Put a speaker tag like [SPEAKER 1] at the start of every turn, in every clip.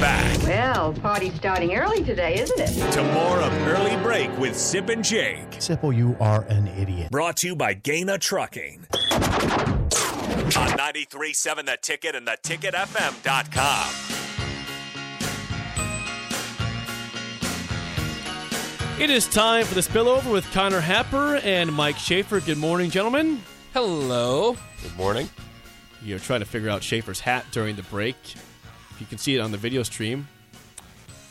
[SPEAKER 1] Back
[SPEAKER 2] Well, party's starting early today, isn't it?
[SPEAKER 1] to more of Early Break with Sip and Jake.
[SPEAKER 3] Simple, you are an idiot.
[SPEAKER 1] Brought to you by Gaina Trucking. On 93.7 The Ticket and theticketfm.com.
[SPEAKER 4] It is time for the spillover with Connor Happer and Mike Schaefer. Good morning, gentlemen.
[SPEAKER 5] Hello. Good morning.
[SPEAKER 4] You're trying to figure out Schaefer's hat during the break. If you can see it on the video stream,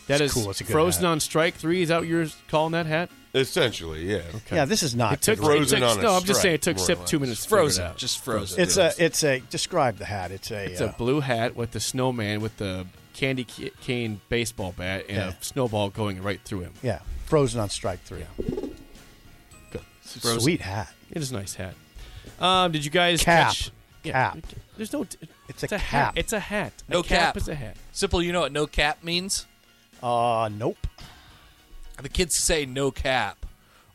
[SPEAKER 4] that is
[SPEAKER 3] It's cool. It's a good
[SPEAKER 4] Frozen
[SPEAKER 3] hat.
[SPEAKER 4] on Strike Three. Is that what you're calling that hat?
[SPEAKER 5] Essentially, yeah.
[SPEAKER 3] Yeah, this is not.
[SPEAKER 4] It took,
[SPEAKER 3] good.
[SPEAKER 4] it
[SPEAKER 5] Frozen
[SPEAKER 4] took
[SPEAKER 5] on a
[SPEAKER 4] no. I'm just
[SPEAKER 5] strike,
[SPEAKER 4] saying it took
[SPEAKER 5] more or
[SPEAKER 4] Sip
[SPEAKER 5] less.
[SPEAKER 4] two minutes. to figure it
[SPEAKER 5] Frozen.
[SPEAKER 4] out.
[SPEAKER 5] Just frozen.
[SPEAKER 3] It's a. It's a. Describe the hat. It's a. uh,
[SPEAKER 4] It's a blue hat with the snowman with the candy ca- cane baseball bat and
[SPEAKER 3] Yeah.
[SPEAKER 4] a snowball going right through him.
[SPEAKER 3] yeah. Frozen on strike three.
[SPEAKER 4] Good.
[SPEAKER 3] Sweet hat.
[SPEAKER 4] It is a nice hat. Um, did you guys
[SPEAKER 3] Cap.
[SPEAKER 4] catch?
[SPEAKER 3] Cap.
[SPEAKER 4] There's no.
[SPEAKER 3] It's a
[SPEAKER 4] hat.
[SPEAKER 3] cap.
[SPEAKER 4] It's a hat.
[SPEAKER 5] No
[SPEAKER 4] a cap.
[SPEAKER 5] cap.
[SPEAKER 4] is a hat.
[SPEAKER 5] Simple, you know what no cap means?
[SPEAKER 3] Uh, nope.
[SPEAKER 5] The kids say no cap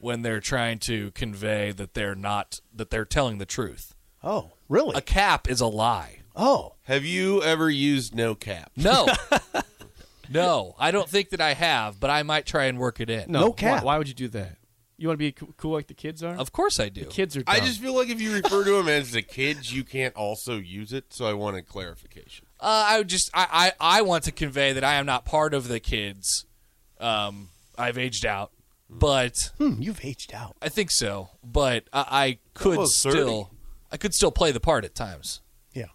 [SPEAKER 5] when they're trying to convey that they're not that they're telling the truth.
[SPEAKER 3] Oh, really?
[SPEAKER 5] A cap is a lie.
[SPEAKER 3] oh,
[SPEAKER 6] Have you ever used no cap?
[SPEAKER 5] No. no, I don't think that I have, but I might try and work it in.
[SPEAKER 4] No,
[SPEAKER 3] No
[SPEAKER 4] why-
[SPEAKER 3] cap.
[SPEAKER 4] Why, would you do that? You want to be coo- cool like the kids are?
[SPEAKER 5] Of course Um, I do.
[SPEAKER 4] Kids are. Dumb.
[SPEAKER 6] I just feel like if you refer to them as the kids, you can't also use it. So I want a clarification.
[SPEAKER 5] Uh, I would just I, I I want to convey that I am not part of the kids. Um, I've aged out, but
[SPEAKER 3] hmm, you've aged out.
[SPEAKER 5] I think so. But I, I could
[SPEAKER 6] Almost 30.
[SPEAKER 5] still I could still play the part at times.
[SPEAKER 3] Yeah.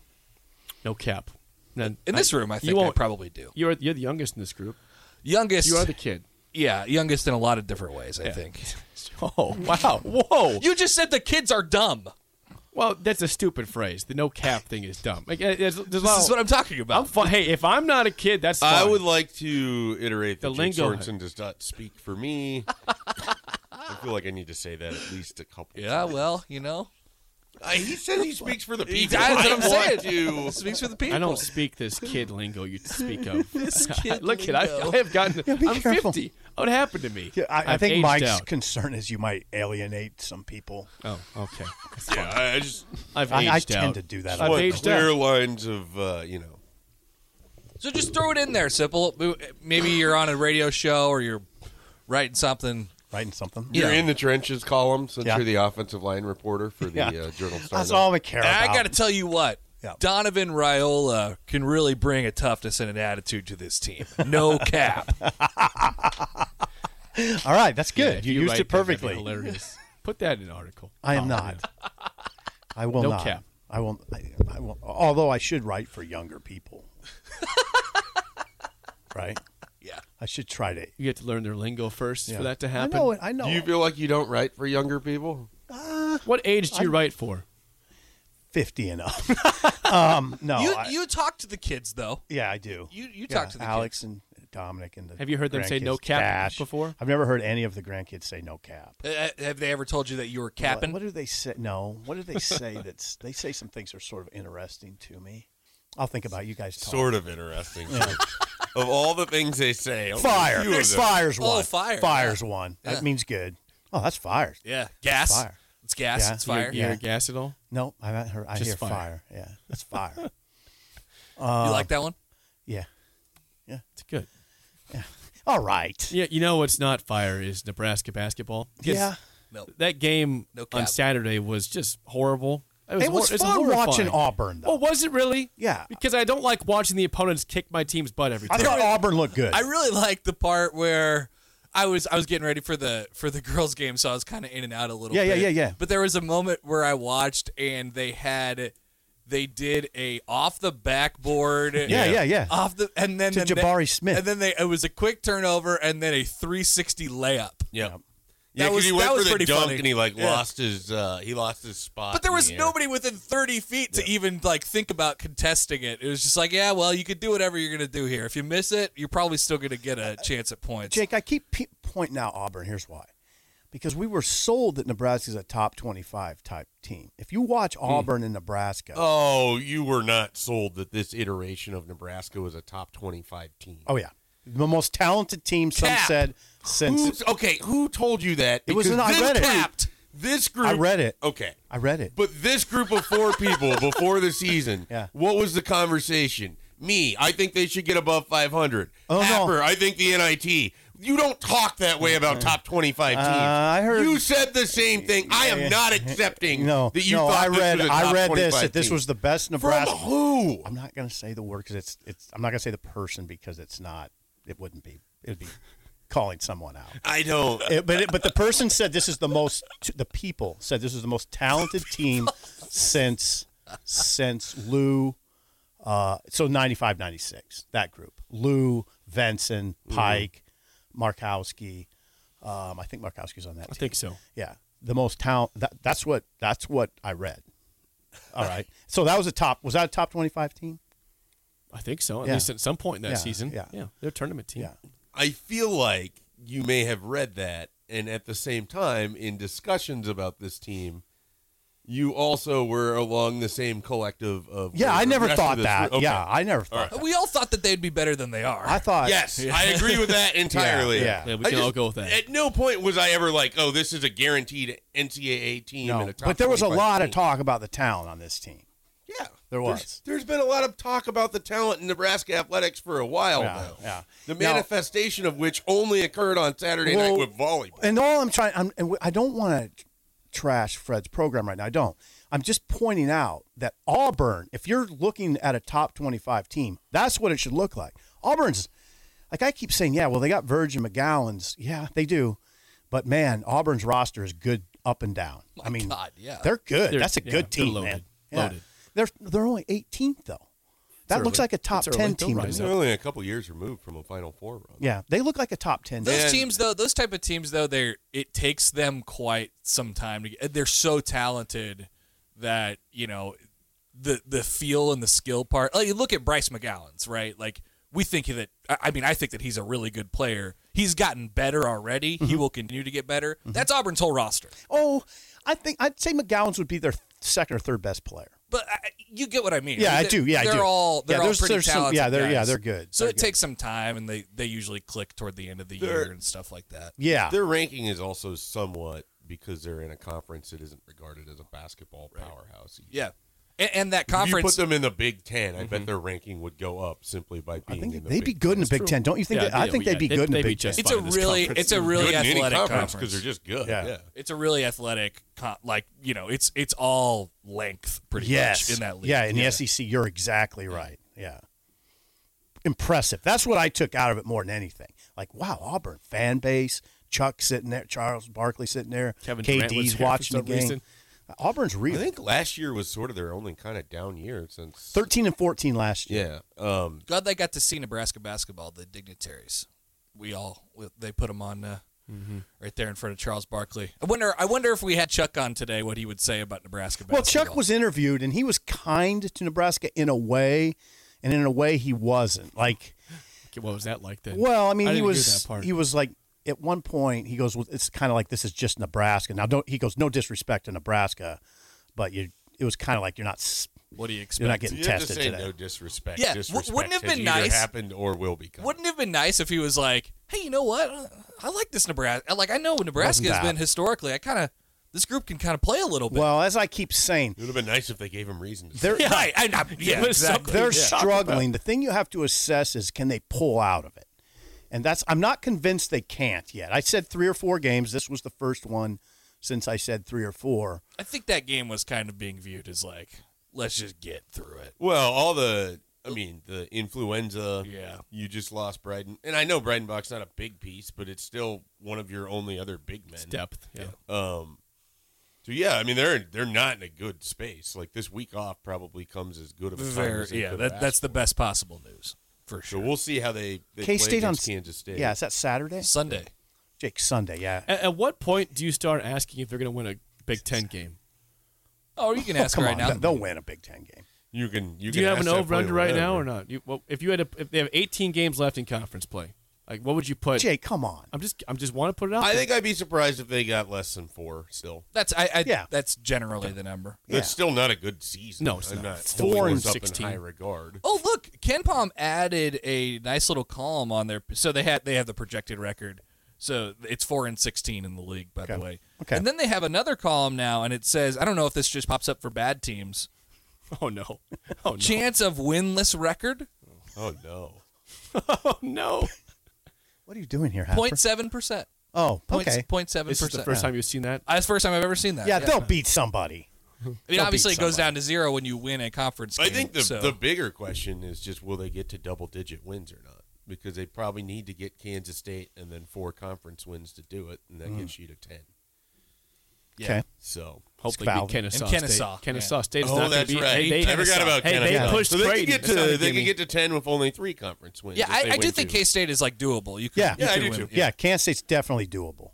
[SPEAKER 4] no cap. Then
[SPEAKER 5] In this room, I think
[SPEAKER 4] you
[SPEAKER 5] I
[SPEAKER 4] won't-
[SPEAKER 5] probably do.
[SPEAKER 4] You're you're the youngest in this group.
[SPEAKER 5] Youngest,
[SPEAKER 4] You are the kid.
[SPEAKER 5] yeah, youngest in a lot of different ways. I think
[SPEAKER 4] Oh wow! Whoa!
[SPEAKER 5] you just said the kids are dumb.
[SPEAKER 4] Well, that's a stupid phrase. The no cap thing is dumb. Like, uh, there's- there's a
[SPEAKER 5] This
[SPEAKER 4] lot-
[SPEAKER 5] is what I'm talking
[SPEAKER 4] I'm
[SPEAKER 5] about.
[SPEAKER 4] fine. Hey, if I'm not a kid, that's fine.
[SPEAKER 6] I would like to iterate that
[SPEAKER 4] The
[SPEAKER 6] Jake
[SPEAKER 4] lingo.
[SPEAKER 6] Sorensen does not speak for me. I feel like I need to say that at least a couple.
[SPEAKER 5] yeah, well, you know,
[SPEAKER 6] Uh, he says he speaks for the people.
[SPEAKER 5] that's what
[SPEAKER 6] I
[SPEAKER 5] I'm
[SPEAKER 6] want
[SPEAKER 5] saying.
[SPEAKER 6] to-
[SPEAKER 5] speaks for the people.
[SPEAKER 4] I don't speak this kid lingo you speak of.
[SPEAKER 5] kid
[SPEAKER 4] Look, kid, I,
[SPEAKER 5] lingo.
[SPEAKER 4] I have gotten.
[SPEAKER 3] be
[SPEAKER 4] I'm
[SPEAKER 3] careful.
[SPEAKER 4] 50. What happened to me?
[SPEAKER 3] Yeah, I, I
[SPEAKER 4] I've
[SPEAKER 3] think
[SPEAKER 4] aged
[SPEAKER 3] Mike's
[SPEAKER 4] out.
[SPEAKER 3] concern is you might alienate some people.
[SPEAKER 4] Oh, okay.
[SPEAKER 6] yeah, I I just
[SPEAKER 4] I've
[SPEAKER 3] I,
[SPEAKER 4] aged
[SPEAKER 3] I
[SPEAKER 4] out.
[SPEAKER 3] tend to do that.
[SPEAKER 4] I've
[SPEAKER 6] want
[SPEAKER 4] aged
[SPEAKER 6] clear
[SPEAKER 4] out.
[SPEAKER 6] lines of uh, you know.
[SPEAKER 5] So just throw it in there, simple. Maybe you're on a radio show or you're writing something.
[SPEAKER 3] writing something.
[SPEAKER 6] You're in the trenches column since
[SPEAKER 3] Yeah.
[SPEAKER 6] you're the offensive line reporter for the
[SPEAKER 3] Yeah.
[SPEAKER 6] uh, Journal Star.
[SPEAKER 3] That's
[SPEAKER 6] now.
[SPEAKER 3] all I care
[SPEAKER 5] And
[SPEAKER 3] about.
[SPEAKER 5] I got to tell you what,
[SPEAKER 3] Yeah.
[SPEAKER 5] Donovan Raiola can really bring a toughness and an attitude to this team. No cap.
[SPEAKER 3] All right, that's
[SPEAKER 4] Yeah,
[SPEAKER 3] good.
[SPEAKER 4] if
[SPEAKER 3] you, used
[SPEAKER 4] write
[SPEAKER 3] it
[SPEAKER 4] that, that'd be
[SPEAKER 3] perfectly.
[SPEAKER 4] Hilarious. Put that in an article.
[SPEAKER 3] I am not. I will
[SPEAKER 4] Oh. No
[SPEAKER 3] not.
[SPEAKER 4] cap.
[SPEAKER 3] I will. I, I will. Although I should write for younger people, right?
[SPEAKER 5] Yeah.
[SPEAKER 3] I should try to.
[SPEAKER 4] You have to learn their lingo first
[SPEAKER 3] yeah.
[SPEAKER 4] for that to happen.
[SPEAKER 3] I know it. I know.
[SPEAKER 6] Do you
[SPEAKER 3] it.
[SPEAKER 6] feel like you don't write for younger people?
[SPEAKER 4] What age do you write for?
[SPEAKER 3] Fifty and up. um, no.
[SPEAKER 5] you
[SPEAKER 3] I-
[SPEAKER 5] you talk to the kids though.
[SPEAKER 3] yeah, I do.
[SPEAKER 5] You you
[SPEAKER 3] Yeah,
[SPEAKER 5] talk to the
[SPEAKER 3] Alex and Dominic and the.
[SPEAKER 4] Have you heard them say
[SPEAKER 3] grandkids.
[SPEAKER 4] no cap
[SPEAKER 3] Dash.
[SPEAKER 4] before?
[SPEAKER 3] I've never heard any of the grandkids say no cap.
[SPEAKER 5] kids. Uh, have they ever told you that you were
[SPEAKER 3] What,
[SPEAKER 5] capping?
[SPEAKER 3] what do they say? No. What do they say? That's they say some things are sort of interesting to me. I'll think about it. you guys. Talk.
[SPEAKER 6] Sort of interesting. of all the things they say, only a
[SPEAKER 3] Fire.
[SPEAKER 6] few of them-
[SPEAKER 3] Fire's
[SPEAKER 5] Oh,
[SPEAKER 3] one.
[SPEAKER 5] fire,
[SPEAKER 3] Fire's one. That means good. Oh, that's fire.
[SPEAKER 5] Yeah, gas.
[SPEAKER 3] Fire.
[SPEAKER 5] It's gas.
[SPEAKER 3] Yeah.
[SPEAKER 5] It's fire.
[SPEAKER 4] You hear
[SPEAKER 3] Yeah.
[SPEAKER 4] gas at all?
[SPEAKER 3] No, I haven't heard. I
[SPEAKER 4] Just
[SPEAKER 3] hear fire.
[SPEAKER 4] fire.
[SPEAKER 3] Yeah, that's fire. uh,
[SPEAKER 5] you like that one?
[SPEAKER 3] yeah.
[SPEAKER 4] It's good.
[SPEAKER 3] All right.
[SPEAKER 4] Yeah, you know what's not fire is Nebraska basketball. 'Cause
[SPEAKER 3] Yeah.
[SPEAKER 5] No.
[SPEAKER 4] That game
[SPEAKER 5] No cap.
[SPEAKER 4] on Saturday was just horrible. It was,
[SPEAKER 3] It was
[SPEAKER 4] hor-
[SPEAKER 3] fun
[SPEAKER 4] horrifying.
[SPEAKER 3] watching Auburn, though.
[SPEAKER 4] Oh, was it really?
[SPEAKER 3] Yeah.
[SPEAKER 4] Because I don't like watching the opponents kick my team's butt every
[SPEAKER 3] I
[SPEAKER 4] time.
[SPEAKER 3] thought Auburn looked good.
[SPEAKER 5] I really like the part where I was I was getting ready for the for the girls game, so I was kind of in and out a little.
[SPEAKER 3] Yeah, yeah,
[SPEAKER 5] bit.
[SPEAKER 3] yeah, yeah.
[SPEAKER 5] But there was a moment where I watched and they had they did a off the backboard.
[SPEAKER 3] Yeah, yeah, yeah.
[SPEAKER 5] Off the and then
[SPEAKER 3] To
[SPEAKER 5] the ne-
[SPEAKER 3] Jabari Smith.
[SPEAKER 5] and then they it was a quick turnover and then a 360 layup.
[SPEAKER 6] Yeah. Yeah,
[SPEAKER 5] that
[SPEAKER 6] because
[SPEAKER 5] was
[SPEAKER 6] he went
[SPEAKER 5] that was
[SPEAKER 6] for the
[SPEAKER 5] pretty
[SPEAKER 6] dunk
[SPEAKER 5] funny.
[SPEAKER 6] and he like
[SPEAKER 5] Yeah.
[SPEAKER 6] lost his uh he lost his spot.
[SPEAKER 5] But there
[SPEAKER 6] in
[SPEAKER 5] was
[SPEAKER 6] the air.
[SPEAKER 5] nobody within 30 feet to even like think about contesting it. It was just like, yeah, well, you could do whatever you're gonna do here. If you miss it, you're probably still gonna get a chance at points.
[SPEAKER 3] Jake, I keep pe- pointing out Auburn. Here's why. Because we were sold that Nebraska's a top 25 type team. If you watch Auburn and Nebraska, oh,
[SPEAKER 6] Oh, you were not sold that this iteration of Nebraska was a top twenty-five team.
[SPEAKER 3] oh, yeah, the most talented team, some
[SPEAKER 5] Cap.
[SPEAKER 3] said, since
[SPEAKER 6] Who's, okay, who told you that?
[SPEAKER 3] It was
[SPEAKER 6] Because
[SPEAKER 3] an- I
[SPEAKER 6] this
[SPEAKER 3] read it.
[SPEAKER 6] group- This group,
[SPEAKER 3] I read it.
[SPEAKER 6] Okay,
[SPEAKER 3] I read it.
[SPEAKER 6] but this group of four people before the season.
[SPEAKER 3] Yeah.
[SPEAKER 6] What was the conversation? Me, I think they should get above five hundred.
[SPEAKER 3] Oh, no.
[SPEAKER 6] Happer, I think the NIT. You don't talk that way about top twenty-five teams.
[SPEAKER 3] Uh, I heard-
[SPEAKER 6] you said the same thing. I am not accepting.
[SPEAKER 3] no,
[SPEAKER 6] that you
[SPEAKER 3] no,
[SPEAKER 6] thought
[SPEAKER 3] I
[SPEAKER 6] this
[SPEAKER 3] read,
[SPEAKER 6] was a
[SPEAKER 3] I
[SPEAKER 6] top
[SPEAKER 3] read this
[SPEAKER 6] 25
[SPEAKER 3] that this
[SPEAKER 6] team.
[SPEAKER 3] was the best
[SPEAKER 6] from
[SPEAKER 3] Nebraska.
[SPEAKER 6] who?
[SPEAKER 3] I'm not going to say the word because it's, it's. I'm not going to say the person because it's not. It wouldn't be. It'd be calling someone out.
[SPEAKER 6] I don't.
[SPEAKER 3] It- but it, but the person said this is the most. The people said this is the most talented team since since Lou. Uh, so 95, 96, that group. Lou, Venson,
[SPEAKER 4] Mm-hmm.
[SPEAKER 3] Pike, Markowski. Um, I think Markowski's on that.
[SPEAKER 4] I think so.
[SPEAKER 3] Yeah, the most talent. That, that's what that's what I read. All right. So that was a top. Was that a top twenty-five team?
[SPEAKER 4] I think so. At
[SPEAKER 3] Yeah.
[SPEAKER 4] least at some point in that
[SPEAKER 3] Yeah,
[SPEAKER 4] season.
[SPEAKER 3] yeah.
[SPEAKER 4] They're a tournament team.
[SPEAKER 3] Yeah.
[SPEAKER 6] I feel like you may have read that, and at the same time, in discussions about this team, you also were along the same collective of.
[SPEAKER 3] Yeah,
[SPEAKER 6] the
[SPEAKER 3] I never
[SPEAKER 6] rest of
[SPEAKER 3] thought
[SPEAKER 6] this
[SPEAKER 3] that.
[SPEAKER 6] group. Okay.
[SPEAKER 3] Yeah, I never thought. that.
[SPEAKER 5] We all thought that they'd be better than they are.
[SPEAKER 3] I thought.
[SPEAKER 6] Yes, I agree with that entirely.
[SPEAKER 3] yeah.
[SPEAKER 4] Yeah, we
[SPEAKER 6] I
[SPEAKER 4] can all go with that.
[SPEAKER 6] At no point was I ever like, "Oh, this is a guaranteed NCAA team."
[SPEAKER 3] No,
[SPEAKER 6] and a top
[SPEAKER 3] but there was a
[SPEAKER 6] 25
[SPEAKER 3] lot of
[SPEAKER 6] team.
[SPEAKER 3] talk about the talent on this team.
[SPEAKER 6] Yeah,
[SPEAKER 3] There
[SPEAKER 6] There's-
[SPEAKER 3] was.
[SPEAKER 6] there's been a lot of talk about the talent in Nebraska athletics for a while
[SPEAKER 3] Yeah,
[SPEAKER 6] now.
[SPEAKER 3] yeah.
[SPEAKER 6] The
[SPEAKER 3] Now-
[SPEAKER 6] manifestation of which only occurred on Saturday night
[SPEAKER 3] Well,
[SPEAKER 6] with volleyball.
[SPEAKER 3] And all I'm trying, I'm, and I don't want to trash Fred's program right now. I don't. I'm just pointing out that Auburn, if you're looking at a top 25 team, that's what it should look like. Auburn's, like I keep saying, yeah, well, they got Virgin McGowan's. Yeah, they do. But man, Auburn's roster is good up and down. I mean,
[SPEAKER 5] God, yeah.
[SPEAKER 3] they're good.
[SPEAKER 4] They're-
[SPEAKER 3] that's a
[SPEAKER 4] yeah,
[SPEAKER 3] good
[SPEAKER 4] they're
[SPEAKER 3] team,
[SPEAKER 4] loaded.
[SPEAKER 3] man. Yeah.
[SPEAKER 4] Loaded.
[SPEAKER 3] They're, they're only 18th, though. That
[SPEAKER 4] It's
[SPEAKER 3] looks
[SPEAKER 4] early.
[SPEAKER 3] like a top
[SPEAKER 4] It's early.
[SPEAKER 3] 10
[SPEAKER 4] They'll
[SPEAKER 3] team. to
[SPEAKER 4] rise
[SPEAKER 3] me.
[SPEAKER 4] up.
[SPEAKER 6] They're only a couple years removed from a Final Four run.
[SPEAKER 3] Yeah, they look like a top 10 team.
[SPEAKER 5] Those
[SPEAKER 6] And-
[SPEAKER 5] teams, though, those type of teams, though, they it takes them quite some time to get. They're so talented that you know the the feel and the skill part. Like, you look at Bryce McGowan's, right? Like we think that. I I mean, I think that he's a really good player. He's gotten better already. He
[SPEAKER 3] Mm-hmm.
[SPEAKER 5] will continue to get better. That's Auburn's whole roster.
[SPEAKER 3] Oh, I think I'd say McGowan's would be their second or third best player.
[SPEAKER 5] But I, you get what I mean.
[SPEAKER 3] Yeah, I
[SPEAKER 5] They're-
[SPEAKER 3] do. Yeah, I
[SPEAKER 5] they're
[SPEAKER 3] do.
[SPEAKER 5] all
[SPEAKER 3] Yeah,
[SPEAKER 5] they're all
[SPEAKER 3] there's-
[SPEAKER 5] pretty
[SPEAKER 3] there's some-
[SPEAKER 5] talented.
[SPEAKER 3] yeah, they're- yeah,
[SPEAKER 5] guys.
[SPEAKER 3] they're good.
[SPEAKER 5] So
[SPEAKER 3] They're
[SPEAKER 5] it takes some time, and they they usually click toward the end of the year
[SPEAKER 6] They're-
[SPEAKER 5] and stuff like that.
[SPEAKER 3] Yeah.
[SPEAKER 6] Their ranking is also somewhat because they're in a conference that isn't regarded as a basketball powerhouse. either.
[SPEAKER 5] Yeah, and, and that
[SPEAKER 6] If you put
[SPEAKER 5] conference.
[SPEAKER 6] them in the Big 10 I bet their ranking would go up simply by
[SPEAKER 3] Mm-hmm. I
[SPEAKER 6] being
[SPEAKER 3] think
[SPEAKER 6] in the
[SPEAKER 3] they'd be
[SPEAKER 6] Big
[SPEAKER 3] good in the Big
[SPEAKER 4] That's
[SPEAKER 3] Ten,
[SPEAKER 4] true.
[SPEAKER 3] don't you think?
[SPEAKER 4] Yeah,
[SPEAKER 3] that, I
[SPEAKER 4] yeah,
[SPEAKER 3] think
[SPEAKER 4] we-
[SPEAKER 3] they'd
[SPEAKER 4] yeah,
[SPEAKER 3] be
[SPEAKER 4] they'd-
[SPEAKER 3] good in the
[SPEAKER 4] they'd be
[SPEAKER 3] Big Ten.
[SPEAKER 4] just
[SPEAKER 5] it's
[SPEAKER 4] fine
[SPEAKER 5] a
[SPEAKER 4] in this
[SPEAKER 5] really
[SPEAKER 4] conference.
[SPEAKER 5] it's a
[SPEAKER 6] Good
[SPEAKER 5] really
[SPEAKER 6] in any
[SPEAKER 5] athletic
[SPEAKER 6] conference
[SPEAKER 5] conference.
[SPEAKER 6] because they're just good.
[SPEAKER 3] Yeah.
[SPEAKER 5] it's a really athletic con- like you know it's it's all length pretty
[SPEAKER 3] yes,
[SPEAKER 5] much in that league.
[SPEAKER 3] yeah, in the E SEC, you're exactly right. Yeah, impressive. That's what I took out of it more than anything. Like, wow, Auburn fan base, Chuck sitting there, Charles Barkley sitting there,
[SPEAKER 4] Kevin Durant was
[SPEAKER 3] KD's
[SPEAKER 4] here for
[SPEAKER 3] watching the
[SPEAKER 4] some
[SPEAKER 3] game.
[SPEAKER 4] reason.
[SPEAKER 3] Auburn's real.
[SPEAKER 6] I think last year was sort of their only kind of down year since.
[SPEAKER 3] Thirteen and fourteen last year.
[SPEAKER 6] Yeah. Um,
[SPEAKER 5] Glad they got to see Nebraska basketball. The dignitaries, we all we- they put them on uh,
[SPEAKER 3] Mm-hmm.
[SPEAKER 5] right there in front of Charles Barkley. I wonder I wonder if we had Chuck on today, what he would say about Nebraska
[SPEAKER 3] Well,
[SPEAKER 5] basketball.
[SPEAKER 3] Chuck was interviewed, and he was kind to Nebraska in a way, and in a way he wasn't. Like.
[SPEAKER 4] Okay, What was that like then?
[SPEAKER 3] Well, I mean, he
[SPEAKER 4] didn't hear
[SPEAKER 3] was
[SPEAKER 4] that part.
[SPEAKER 3] he was like at one point he goes, well, it's kind of like this is just Nebraska. Now, don't he goes, no disrespect to Nebraska, but you it was kind of like you're not s-
[SPEAKER 5] What do you expect?
[SPEAKER 3] you're not getting
[SPEAKER 6] you have to
[SPEAKER 3] tested
[SPEAKER 6] say
[SPEAKER 3] today.
[SPEAKER 6] no disrespect.
[SPEAKER 5] Yeah, w-
[SPEAKER 6] disrespect
[SPEAKER 5] wouldn't it have
[SPEAKER 6] has
[SPEAKER 5] been
[SPEAKER 6] either
[SPEAKER 5] nice-
[SPEAKER 6] happened or will become.
[SPEAKER 5] Wouldn't it have been nice if he was like, hey, you know what? Uh, I like this Nebraska. Like I know Nebraska has
[SPEAKER 3] that.
[SPEAKER 5] been historically. I kind of this group can kind of play a little bit.
[SPEAKER 3] well, as I keep saying,
[SPEAKER 6] It would have been nice if they gave him reason to
[SPEAKER 3] they're
[SPEAKER 5] yeah, I, I, I, yeah,
[SPEAKER 4] was
[SPEAKER 5] exactly.
[SPEAKER 3] they're
[SPEAKER 4] Yeah.
[SPEAKER 3] struggling. The thing you have to assess is can they pull out of it, and that's I'm not convinced they can't yet. I said three or four games. This was the first one since I said three or four.
[SPEAKER 5] I think that game was kind of being viewed as like, let's just get through it.
[SPEAKER 6] Well, all the, I mean, the influenza.
[SPEAKER 5] Yeah.
[SPEAKER 6] You just lost Bryden. And I know Breidenbach's not a big piece, but it's still one of your only other big men.
[SPEAKER 4] It's depth. Yeah.
[SPEAKER 6] Um, so yeah, I mean they're they're not in a good space. Like this week off probably comes as good of a time as they
[SPEAKER 5] yeah,
[SPEAKER 6] could
[SPEAKER 5] that,
[SPEAKER 6] have
[SPEAKER 5] that's
[SPEAKER 6] asked
[SPEAKER 5] the
[SPEAKER 6] for.
[SPEAKER 5] best possible news for
[SPEAKER 6] So
[SPEAKER 5] sure.
[SPEAKER 6] we'll see how they, they
[SPEAKER 3] K State on
[SPEAKER 6] Kansas State.
[SPEAKER 3] Yeah, is that Saturday?
[SPEAKER 5] Sunday.
[SPEAKER 3] Jake Sunday, yeah.
[SPEAKER 4] At, at what point do you start asking if they're going to win a Big Ten game?
[SPEAKER 5] Oh, you can
[SPEAKER 3] Oh,
[SPEAKER 5] ask
[SPEAKER 3] come
[SPEAKER 5] right
[SPEAKER 3] on,
[SPEAKER 5] now.
[SPEAKER 3] th- They'll win a Big Ten game.
[SPEAKER 6] You can. You
[SPEAKER 4] do
[SPEAKER 6] can
[SPEAKER 4] you have
[SPEAKER 6] ask
[SPEAKER 4] an
[SPEAKER 6] that
[SPEAKER 4] over under
[SPEAKER 6] player
[SPEAKER 4] right now
[SPEAKER 6] whatever.
[SPEAKER 4] or not? You, well, if you had a, if they have 18 games left in conference play, like what would you put?
[SPEAKER 3] Jake, come on.
[SPEAKER 4] I'm just I'm just want to put it out.
[SPEAKER 6] I
[SPEAKER 4] there.
[SPEAKER 6] think I'd be surprised if they got less than four. Still,
[SPEAKER 5] That's I, I
[SPEAKER 3] Yeah.
[SPEAKER 5] that's generally the number.
[SPEAKER 3] Yeah.
[SPEAKER 6] that's still not a good season.
[SPEAKER 4] No, it's
[SPEAKER 6] I'm
[SPEAKER 4] not.
[SPEAKER 6] not
[SPEAKER 4] It's
[SPEAKER 6] holding
[SPEAKER 4] four and
[SPEAKER 6] this up
[SPEAKER 4] 16.
[SPEAKER 6] in high regard.
[SPEAKER 5] Oh, look, Ken Palm added a nice little column on their so they had they have the projected record. So it's 4 and 16 in the league by the
[SPEAKER 3] Okay.
[SPEAKER 5] way.
[SPEAKER 3] Okay.
[SPEAKER 5] And then they have another column now and it says I don't know if this just pops up for bad teams.
[SPEAKER 4] Oh no! Oh no!
[SPEAKER 5] Chance of winless record
[SPEAKER 6] Oh no.
[SPEAKER 4] Oh no!
[SPEAKER 3] What are you doing here, Happer?
[SPEAKER 5] 0.7%.
[SPEAKER 3] Oh,
[SPEAKER 5] Points-
[SPEAKER 3] okay.
[SPEAKER 5] 0.7%.
[SPEAKER 4] This is the first time you've seen that.
[SPEAKER 5] Uh, That's the first time I've ever seen that.
[SPEAKER 3] Yeah, they'll beat somebody.
[SPEAKER 5] I mean,
[SPEAKER 3] they'll
[SPEAKER 5] obviously, it
[SPEAKER 3] beat
[SPEAKER 5] goes
[SPEAKER 3] somebody.
[SPEAKER 5] down to zero when you win a conference game.
[SPEAKER 6] I think the
[SPEAKER 5] so-
[SPEAKER 6] the bigger question is just will they get to double digit wins or not? Because they probably need to get Kansas State and then four conference wins to do it, and that gets you to ten.
[SPEAKER 3] Okay.
[SPEAKER 6] So
[SPEAKER 4] Hopefully,
[SPEAKER 3] valid.
[SPEAKER 4] beat Kennesaw
[SPEAKER 5] And Kennesaw,
[SPEAKER 4] State. Kennesaw State is
[SPEAKER 6] oh,
[SPEAKER 4] not going
[SPEAKER 6] that's
[SPEAKER 4] to be.
[SPEAKER 6] right.
[SPEAKER 4] Hey, they,
[SPEAKER 6] I forgot about
[SPEAKER 4] hey,
[SPEAKER 6] Kennesaw.
[SPEAKER 4] they pushed
[SPEAKER 6] so they
[SPEAKER 4] Creighton.
[SPEAKER 6] could get
[SPEAKER 4] That's not a
[SPEAKER 6] to they
[SPEAKER 4] gimme.
[SPEAKER 6] could get to ten with only three conference wins.
[SPEAKER 5] yeah,
[SPEAKER 6] if
[SPEAKER 5] I,
[SPEAKER 6] they
[SPEAKER 5] I do
[SPEAKER 6] win
[SPEAKER 5] think
[SPEAKER 6] two.
[SPEAKER 5] K State is like doable. You could,
[SPEAKER 3] Yeah.
[SPEAKER 5] you
[SPEAKER 6] Yeah, I
[SPEAKER 5] could
[SPEAKER 6] do
[SPEAKER 5] win.
[SPEAKER 6] too.
[SPEAKER 3] Yeah, Kansas State's definitely doable.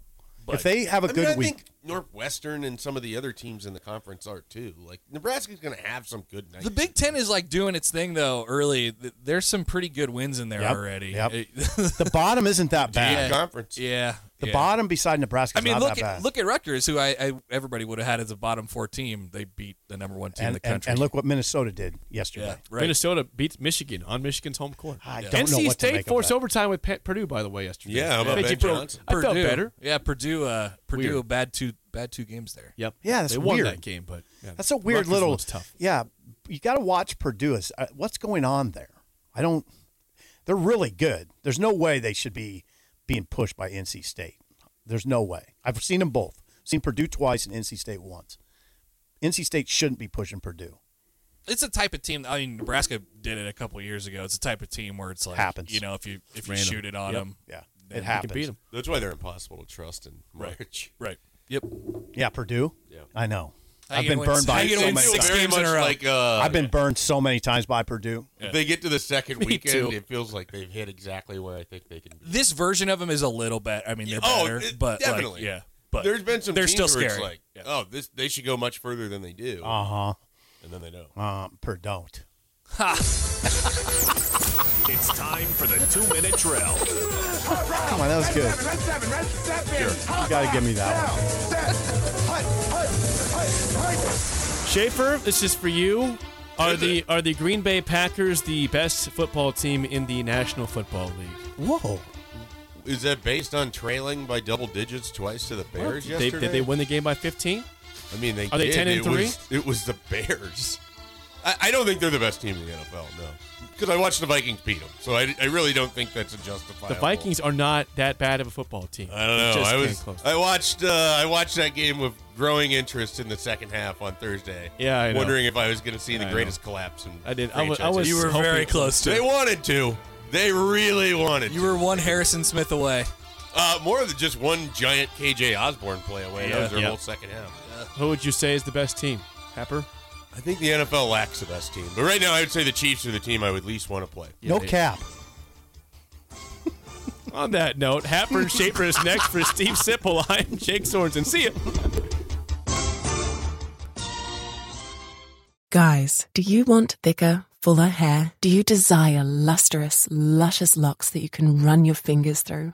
[SPEAKER 3] if they have a
[SPEAKER 6] I mean,
[SPEAKER 3] good
[SPEAKER 6] I
[SPEAKER 3] week,
[SPEAKER 6] think Northwestern and some of the other teams in the conference are too. Like Nebraska's going to have some good nights.
[SPEAKER 5] The Big Ten is like doing its thing though. Early, Th- there's some pretty good wins in there
[SPEAKER 3] Yep,
[SPEAKER 5] already.
[SPEAKER 3] yep.
[SPEAKER 5] It-
[SPEAKER 3] the bottom isn't that
[SPEAKER 6] yeah.
[SPEAKER 3] bad.
[SPEAKER 6] conference.
[SPEAKER 5] yeah,
[SPEAKER 3] The
[SPEAKER 5] yeah.
[SPEAKER 3] bottom beside Nebraska
[SPEAKER 5] I
[SPEAKER 3] is
[SPEAKER 5] mean,
[SPEAKER 3] not
[SPEAKER 5] look
[SPEAKER 3] that
[SPEAKER 5] at
[SPEAKER 3] bad.
[SPEAKER 5] look at Rutgers, who I, I everybody would have had as a bottom four team. They beat the number one team in
[SPEAKER 3] and,
[SPEAKER 5] the
[SPEAKER 3] and,
[SPEAKER 5] country.
[SPEAKER 3] and look what Minnesota did yesterday.
[SPEAKER 5] yeah, right.
[SPEAKER 4] Minnesota beats Michigan on Michigan's home court.
[SPEAKER 3] I don't know
[SPEAKER 4] NC
[SPEAKER 3] what to make
[SPEAKER 4] State
[SPEAKER 3] of
[SPEAKER 4] forced
[SPEAKER 3] that.
[SPEAKER 4] overtime with Pe- Purdue, by the way, yesterday.
[SPEAKER 6] Yeah, how about
[SPEAKER 4] Reggie
[SPEAKER 6] Ben
[SPEAKER 4] Pro-
[SPEAKER 6] Johnson?
[SPEAKER 4] I felt better.
[SPEAKER 5] Yeah, Purdue. Uh, Purdue
[SPEAKER 4] Weird.
[SPEAKER 5] a bad two bad two games there.
[SPEAKER 4] Yep.
[SPEAKER 3] Yeah, that's
[SPEAKER 4] they won
[SPEAKER 3] weird.
[SPEAKER 4] that game, but yeah.
[SPEAKER 3] That's a weird
[SPEAKER 4] Rutgers
[SPEAKER 3] little.
[SPEAKER 4] one's tough.
[SPEAKER 3] Yeah, you got to watch Purdue. Is, uh, what's going on there? I don't. They're really good. There's no way they should be being pushed by NC State. There's no way. I've seen them both. Seen Purdue twice and NC State once. NC State shouldn't be pushing Purdue.
[SPEAKER 5] it's a type of team. I mean, Nebraska did it a couple years ago. It's a type of team where it's like
[SPEAKER 3] Happens.
[SPEAKER 5] You know, if you if you
[SPEAKER 4] Random.
[SPEAKER 5] shoot it on
[SPEAKER 4] Yep.
[SPEAKER 5] them,
[SPEAKER 3] Yeah,
[SPEAKER 5] Yeah, you
[SPEAKER 3] it
[SPEAKER 5] can
[SPEAKER 3] happens.
[SPEAKER 4] Can beat them.
[SPEAKER 6] That's why they're impossible to trust in March.
[SPEAKER 5] right? Yep.
[SPEAKER 3] Yeah, Purdue.
[SPEAKER 6] Yeah.
[SPEAKER 3] I know.
[SPEAKER 5] How
[SPEAKER 3] I've
[SPEAKER 5] you
[SPEAKER 3] been
[SPEAKER 5] gonna win-
[SPEAKER 3] burned
[SPEAKER 5] how
[SPEAKER 3] by
[SPEAKER 5] you
[SPEAKER 3] it
[SPEAKER 5] gonna
[SPEAKER 3] so
[SPEAKER 5] win
[SPEAKER 3] many.
[SPEAKER 5] six
[SPEAKER 3] times.
[SPEAKER 5] games?
[SPEAKER 6] Very
[SPEAKER 5] in a
[SPEAKER 6] much
[SPEAKER 5] row.
[SPEAKER 6] like uh,
[SPEAKER 3] I've been burned so many times by Purdue.
[SPEAKER 6] if they get to the second weekend,
[SPEAKER 4] too.
[SPEAKER 6] it feels like they've hit exactly where I think they can be.
[SPEAKER 5] This version of them is a little bit. I mean, they're
[SPEAKER 6] Oh,
[SPEAKER 5] better,
[SPEAKER 6] it-
[SPEAKER 5] but like,
[SPEAKER 6] definitely.
[SPEAKER 5] yeah. But
[SPEAKER 6] There's been some
[SPEAKER 5] They're
[SPEAKER 6] teams
[SPEAKER 5] still
[SPEAKER 6] where it's
[SPEAKER 5] scary.
[SPEAKER 6] like, oh, this they should go much further than they do,
[SPEAKER 3] Uh huh.
[SPEAKER 6] and then they don't.
[SPEAKER 4] uh.
[SPEAKER 3] Um, per don't.
[SPEAKER 6] uh,
[SPEAKER 1] It's time for the two minute drill.
[SPEAKER 3] Come on, that was good. You got to give me that one.
[SPEAKER 4] Schaefer, this is for you. Are the are the Green Bay Packers the best football team in the National Football League?
[SPEAKER 3] Whoa.
[SPEAKER 6] Is that based on trailing by double digits twice to the Bears
[SPEAKER 4] Did they,
[SPEAKER 6] yesterday?
[SPEAKER 4] did they win the game by 15?
[SPEAKER 6] I mean, they
[SPEAKER 4] Are they
[SPEAKER 6] did.
[SPEAKER 4] 10 and
[SPEAKER 6] it
[SPEAKER 4] three?
[SPEAKER 6] Was, it was the Bears. I, I don't think they're the best team in the NFL. No, because I watched the Vikings beat them, so I, I really don't think that's a justifiable.
[SPEAKER 4] The Vikings are not that bad of a football team.
[SPEAKER 6] I don't
[SPEAKER 4] They
[SPEAKER 6] know.
[SPEAKER 4] just
[SPEAKER 6] I
[SPEAKER 4] came
[SPEAKER 6] was.
[SPEAKER 4] close.
[SPEAKER 6] I watched. Uh, I watched that game with growing interest in the second half on Thursday.
[SPEAKER 4] Yeah, I know.
[SPEAKER 6] wondering if I was going to see the
[SPEAKER 4] I
[SPEAKER 6] greatest collapse. In
[SPEAKER 4] I did. I was- I
[SPEAKER 6] franchise
[SPEAKER 4] was-
[SPEAKER 5] you
[SPEAKER 6] history.
[SPEAKER 5] were very
[SPEAKER 4] hoping-
[SPEAKER 5] close to.
[SPEAKER 6] They
[SPEAKER 5] it.
[SPEAKER 6] wanted to. They really wanted.
[SPEAKER 5] You
[SPEAKER 6] to.
[SPEAKER 5] were one Harrison Smith away.
[SPEAKER 6] uh, more than just one giant KJ Osborne play away.
[SPEAKER 5] Yeah.
[SPEAKER 6] That was their
[SPEAKER 4] Yeah.
[SPEAKER 6] whole second half.
[SPEAKER 4] Who would you say is the best team? Happer?
[SPEAKER 6] I think the NFL lacks the best team, but right now I would say the Chiefs are the team I would least want to play.
[SPEAKER 3] No cap.
[SPEAKER 4] On that note, Happer and Schaefer is next for Steve Sipple. I'm Jake Sorensen. See you.
[SPEAKER 7] Guys, do you want thicker, fuller hair? Do you desire lustrous, luscious locks that you can run your fingers through?